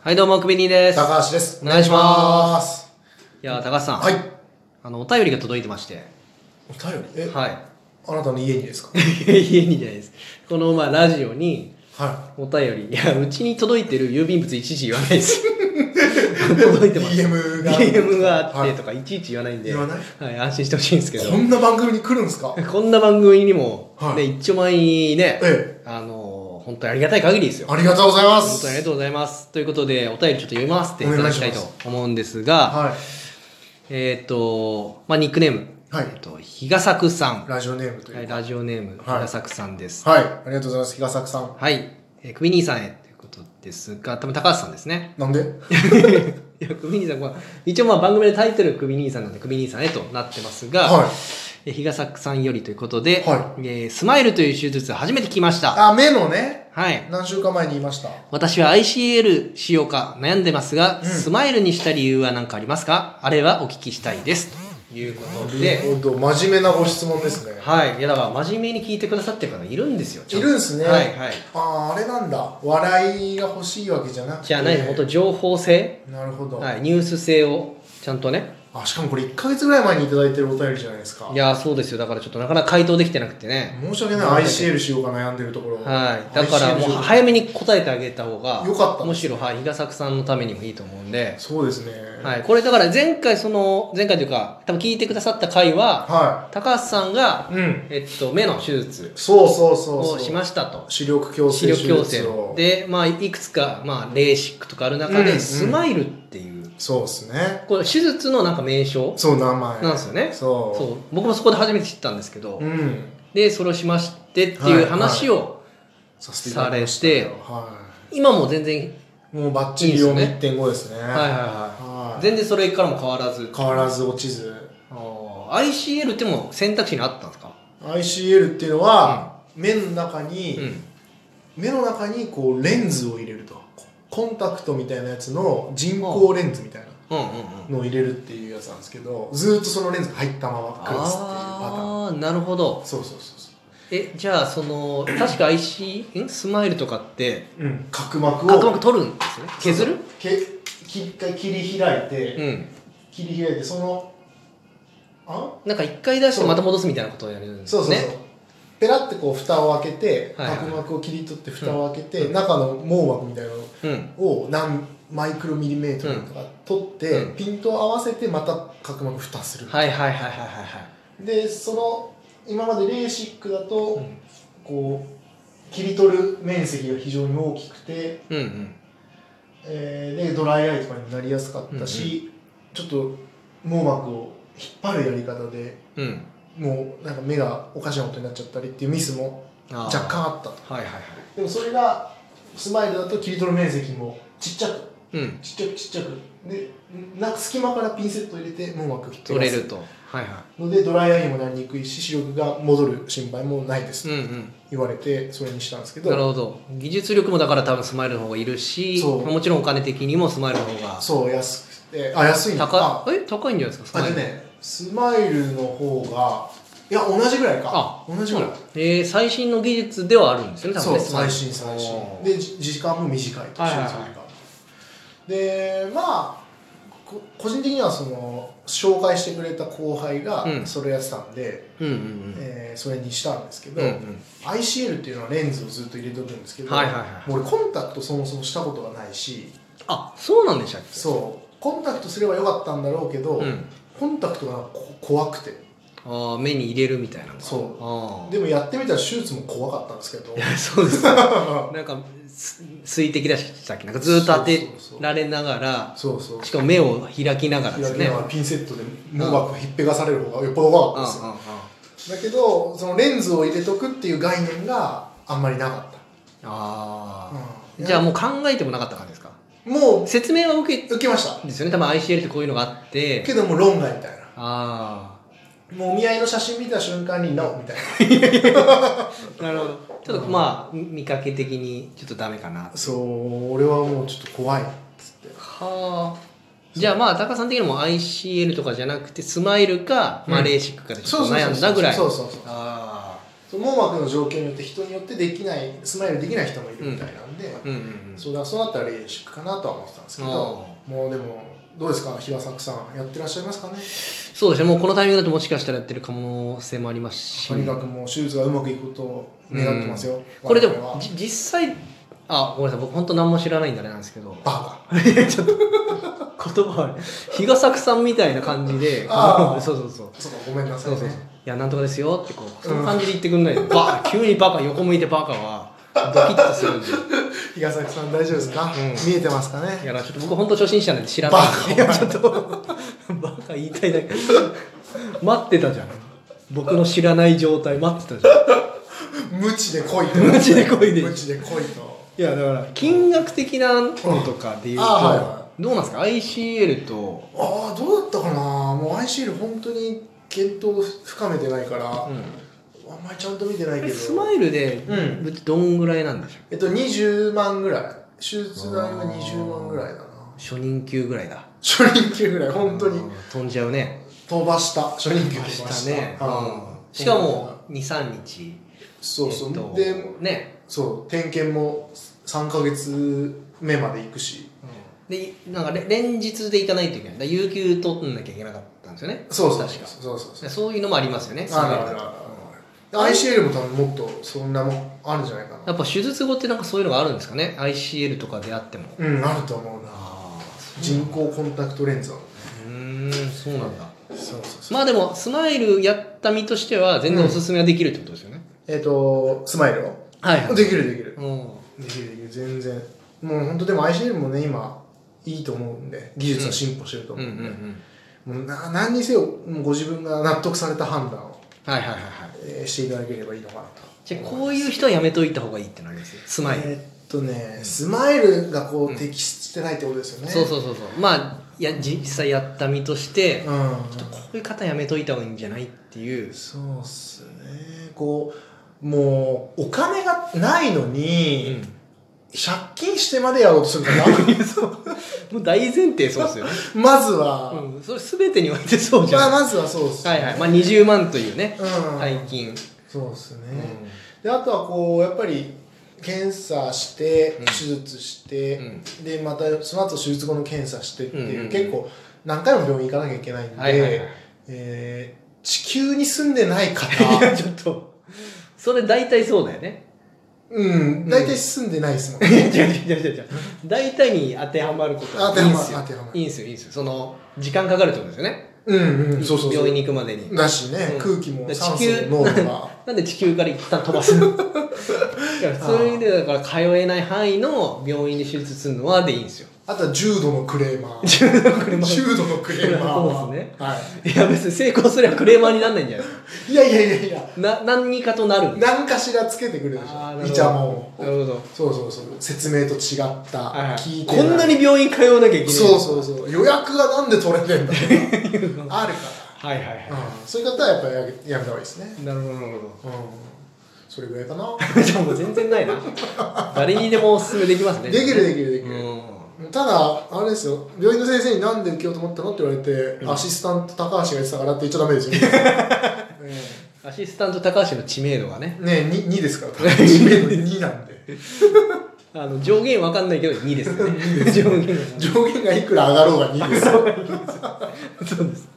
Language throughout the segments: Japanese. はい、どうも、くびにーです。い高橋ですお願いしますやー、高橋さん。はいあの、お便りが届いてまして。お便りえ、はあなたの家にですかい。 家にじゃないです。この、まあ、ラジオに、はお便り。いや、うちに届いてる郵便物いちいち言わないです。 届いてます。 DM が DM があっはていとか、いちいち言わないんで。言わないはい、安心してほしいんですけいどこ。んな番組に来るんですかこんな番組にも、はいね、一丁前にね、えあのー、本当にありがたい限りですよ。ありがとうございま本当にありがすとうございます。ということで、お便りちょっと読ませていただきたいと思うんですが、はえっ、と、まあ、ニックネーム。はいえっ、と、日賀作さん。いラジオネームとはいい、うラジオネーム、い日賀作さんです。はいありがとうございます日賀作さんはい。えー、クビ兄さんへということですが、多分高橋さんです ね。なんでいや、クビ兄さんは、一応まあ番組でタイトルクビ兄さんなんで、クビ兄さんへとなってますが、はいえー、日賀作さんよりということで、はえースマイルという手術初めて聞きました。あ目のねはい。何週間前に言いました私は ICL 使用か悩んでますが、うんスマイルにした理由は何かありますかあれはお聞きしたいです。ということで、なるほど真面目なご質問ですねはい、いやだから真面目に聞いてくださってる方いるんですよ。ちゃいとるんすねはいはい。あああれなんだ笑いが欲しいわけじゃなくてじゃあ何、本当情報性、なるほど、はい、ニュース性をちゃんとね。あしかもこれ1か月ぐらい前にいただいてるお便りじゃないですかいやそうですよ。だからちょっとなかなか回答できてなくてね。申し訳ない ICL しようか悩んでるところはい。だからもう ICL 早めに答えてあげた方が、よかったむしろはい、比嘉作さんのためにもいいと思うんで。そうですねはい。これだから前回その前回というか多分聞いてくださった回はは高橋さんがい、うんえっと目の手術そうそうそうそをうしましたと。視力矯視正手力矯術正をで、まあ、いくつか、まあ、レーシックとかある中うんうで、んスマイルっていう、そうですねこれ、手術のなんか名称そう名前なんですよね。そうそう。僕もそこで初めて知ったんですけど、んで、それをしましてっていう話を、させていただきましたさよれては今も全然、いもうバッチリいい読ですね1.5ですねはいはいは。はいい全然それからも変わらず。変わらず落ちずあー ICL ってもう選択肢にあったんですか ICL っていうのは、目の中に、うん。目の中にこうレンズを入れるとココンタクトみたいなやつの人工レンズみたいなうんうんうん。のを入れるっていうやつなんですけどずーっとそのレンズが入ったままクロスっていうパターンああ、なるほど。そうそうそうそうえ、じゃあ、その、確か IC、んスマイルとかって、うん、角膜を角膜取るんですよね。削るけき一回切り開いて、うん。切り開いてそのあなんか一回出してまた戻すみたいなことをやるんですそね。うそうそう、ペラってこう蓋を開けて、はいはい角膜を切り取って蓋を開けて、うん中の網膜みたいなのうん。を何マイクロミリメートルとか取って、うんピントを合わせてまた角膜蓋する、はいはいはいはいはいはい。でその今までレーシックだと、うんこう切り取る面積が非常に大きくてうんうん。えーでドライアイとかにもなりやすかったし、ちょっと網膜を引っ張るやり方でうん。もうなんか目がおかしなことになっちゃったりっていうミスもあー若干。あったとはいはいはい。でもそれがスマイルだと切り取る面積もちっちゃくうん。ちっちゃくちっちゃくでな隙間からピンセットを入れて網膜を引っ張取れると。はいはのでドライアイにもなりにくいし視力が戻る心配もないです、い。うん言われてそれにしたんですけうん。どなるほど。技術力もだから多分スマイルの方がいるし、そうもちろんお金的にもスマイルの方がそう安くてあ安いのあ高い。え高いんじゃないですか、スあマイとル。ねスマイルの方がいや同じぐらいあか同じぐらいえー、最新の技術ではあるんですよね、多分そうね最新最新。でじ時間も短いとはい手はいはい術時間もでまあこ個人的にはその紹介してくれた後輩がうんそれやってたんで、うんうんえーそれにしたんですけうん。うど、んうん。 ICL っていうのはレンズをずっと入れとくんですけど、はいはいはいもう俺コンタクトそもそもしたことがないしあ、そうなんでしたっけそうコンタクトすればよかったんだろうけど、ん。コンタクトがこ怖くてあー目に入れるみたいなのがそうあーでもやってみたら手術も怖かったんですけどいや そう ですねなんかす水滴だしたっけなんかずっと当てられながらそうそうしかも目を開きながらで開すきねながらピンセットで網膜をひっぺがされる方がよっぽど怖かったうんんうんうんですよだけどそのレンズを入れとくっていう概念があんまりなかった、あうあんじゃあもう考えてもなかった感じですかも説明は受けう受けましたんですよね多分 ICL ってこういうのがあってけどもう論外みたいなあもうお見合いの写真見た瞬間に「NO」みたい あなるほどちょっとまあみ見かけ的にちょっとダメかななそう俺はもうちょっと怖いっつってはあじゃあまあタカさん的にも ICL とかじゃなくてスマイルか、まあ、うんレーシックかでちょっと悩んだぐらいそうそうそうそうああその網膜の状況によって人によってできないスマイルできない人もいるみたいなんで、うんうんそうだそうなったらレーシックかなとは思ってたんですけどもうでもどうですか平作さんやってらっしゃいますかねそうですねもうこのタイミングだともしかしたらやってる可能性もありますしとにかくもう手術がうまくいくことを願ってますよ、これで我々もはじ実際あごめんなさい僕本当何も知らないんであれなんですけどバ言葉比嘉作さんみたいな感じで あーそうそうそうカそうかごめんなそさいうねそうそういやなんとかですよってこうその感じで言ってくん ないで、バー急にバカ横向いてバカはドキッとするんで比嘉崎さん大丈夫ですか、うん見えてますかいねやなちょっと僕本当初心者なんで知らないんでバカいや ちょっとバカ言いたいだけ待ってたじゃん僕の知らない状態待ってたじゃん無知で来いと無知で来いで無知で来いといやだから金額的なのとかで言うと、あはいはどうなんですか ICL と、ああどうだったかなもう ICL 本当に検討深めてないから、あんまりちゃんと見てないあけれどスマイルでうんどんぐらいなんでしょうえっと20万ぐらい手術代は20万ぐらいだな初任給ぐらいだ初任給ぐらい本当にうん飛んじゃうね飛ばした初任給飛ばししたたね、はうんいしかも23日そうそう、えっとでねそう点検も3か月目まで行くしでなんかれ連日で行かないといけないだから有給取んなきゃいけなかったんですよねそうそう確かそうそうそうそういうのもありますよねあるスマイあルだるとあるある ICL も多分もっとそんなもんあるんじゃないかやなっぱ手術後ってなんかそういうのがあるんですかね ICL とかであってもうんあると思うなあ人工コンタクトレンズはうーんそうなんだそうそうそうまあでもスマイルやった身としては全然おすすめはできるってことですよね、えっ、とスマイルをはいはいできるできるうんできるできる全然もう本当でも ICL もね今いいと思うんで技術は進歩してるとうんう思んううんで、んもうな何にせよもうご自分が納得された判断を、はいはいはいはいえーしていただければいいのかなとじゃあこういう人はやめといた方がいいってなりますよスマイル、えーっとねスマイルがこうんう適してないってことですよね、そうそうそうそうまあいや実際やった身として、う、ん、ちょっとこういう方やめといた方がいいんじゃないっていうそうっすねこうもうお金がないのに、借金してまでやろうとするからもう大前提そうですよ、まずは、うん、それ全てにおいてそうじゃまあ、ん、まずはそうっすねはいはい、まあ、20万というねうん、大金、うんそうっすね、であとはこうやっぱり検査してうん手術して、うんでまたその後手術後の検査してっていう、うんうんうん結構何回も病院行かなきゃいけないんで、はいはいはいえー地球に住んでない方いやちょっとそれ大体そうだよね うん大体住んでないですもん、違う違う違う違う 大体に当てはまること当はていいはんまするよ当てはまるいいんすよいいんすよその時間かかるってことですよね、うんうんそうそうそ病院うに行くまでにだしね、うん空気もだから酸地素球も濃度が なんで地球から一旦飛ば すいや普通にねだから通えない範囲の病院で手術するのはでいいん ですよあとは重度のクレーマ ー重度のクレーマー重度のクレーマーはそうっすねはいや別に成功すればクレーマーになんないんじゃないですかい、いやいやいやいや な何かとなるんだ何かしらつけてくるでしあーょなるほどいちゃもんをなるほど、そうそうそう説明と違った、はいはい聞いてこんなに病院通わなきゃいけないそうそうそう予約がなんで取れてんだと かあるかはいはいはいら、うん、そういう方はやっぱりやめやめた方がいいですね、なるほどなるほうん、それぐらいかなど じゃあもう全然ないな誰にでもおすすめできますねできるできるできうる、んただあれですよ病院の先生になんで受けようと思ったのって言われて、アシスタント高橋が言ってたからって言っちゃダメですよ ねアシスタント高橋の知名度がねねえ 2, 2ですから知名度2なんで あの上限わかんないけど2ですよ ね上限わかんない上限がいくら上がろうが2で すよそうです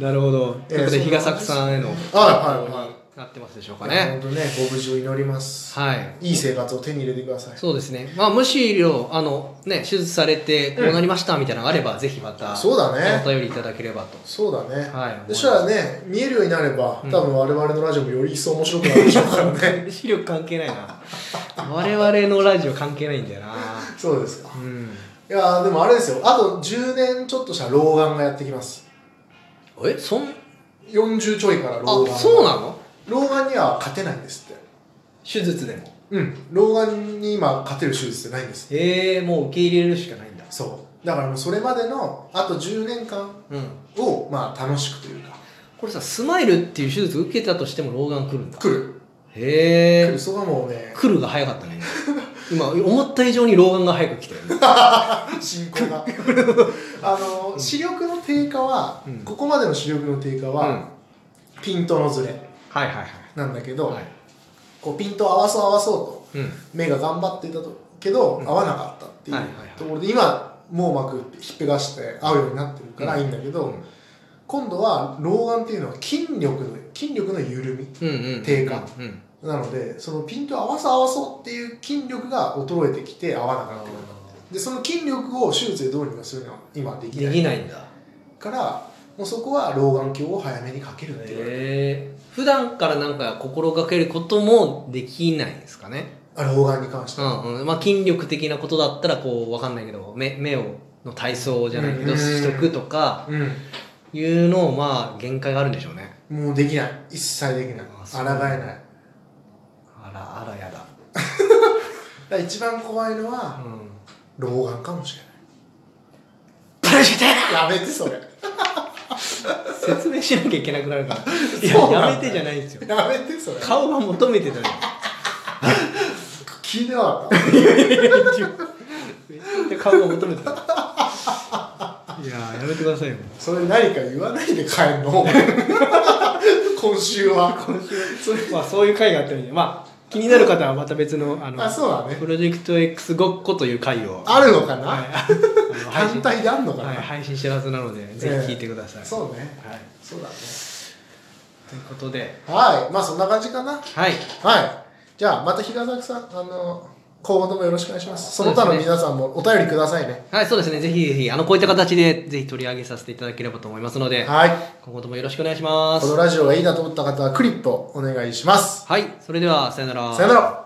なるほど、えとーいうことそんでな比嘉作さんへのはいはいはいなってますでしょうか本ね当ねご無事を祈りますはいいい生活を手に入れてください。そうですね、まあ、むしろあの、ね、手術されてこうなりましたみたいなのがあれば、ぜひまたそうだねお便りいただければとそうだね。はいそしたらね、見えるようになれば、うん多分我々のラジオもより一層面白くなるでしょうから ね。視力関係ないな 我々のラジオ関係ないんだよなそうですか。うんいやーでもあれですよ、あと10年ちょっとしたら老眼がやってきます。えそん40ちょいから老眼。あそうなの老眼には勝てないんですって。手術でもうん。老眼に今勝てる手術ってないんです。へえもう受け入れるしかないんだそう。だからもうそれまでのあと10年間うんを、まあ楽しくというか、これさスマイルっていう手術受けたとしても老眼来るんだ来る。来へる。えそこはもうね、来るが早かった ね今思った以上に老眼が早く来たよね進行 があの、視力の低下は、うんここまでの視力の低下は、うんピントのずれはいはいはいなんだけど、はいこうピントを合わそう合わそうとうん目が頑張っていたとけど、うん合わなかったっていうはいはいはいところで今網膜ってひっぺがして合うようになってるからいいんだけど、今度は老眼っていうのは筋力の筋力の緩みうんうんうん低下うんなのでそのピントを合わそう合わそうっていう筋力が衰えてきて合わなかったでその筋力を手術でどうにかするのは今できでなきいないんだからもうそこは老眼鏡を早めにかけるっていう、へえ普段からなんか心がけることもできないんですかねあ老眼に関してうは、んうんまあ筋力的なことだったらこうわかんないけど目目をの体操じゃないけうどんしとくとかいうのをまあ限界があるんでしょうねうんもうできない一切できないあ抗そうえないあらあらやだだから一番怖いのはうん老眼かもしれないプロジェクタやめてそ れー説明しなきゃいけなくなるからいそうやなやんだめてじゃないんですよやめてそれ顔が求めてたのよ聞いてなかっためちゃくちゃ顔が求めてたのいやーやめてくださいよそれ何か言わないで帰んの 今週は今週それまあそういう回があったみたいでまあ気になる方はまた別のあのあそうだねプロジェクト X ごっこという回をあるのかな、はい あの配単信体であんのかな、はい、配信してるはずなのでぜひ聞いてください、そうねはい、そうだねということではいまあそんな感じかなはいはいじゃあまた平崎さんあの今後ともよろしくお願いしますその他のそうですね皆さんもお便りくださいねはいそうですねぜひぜひあのこういった形でぜひ取り上げさせていただければと思いますのではい今後ともよろしくお願いしますこのラジオがいいなと思った方はクリップをお願いしますはいそれではさよならさよなら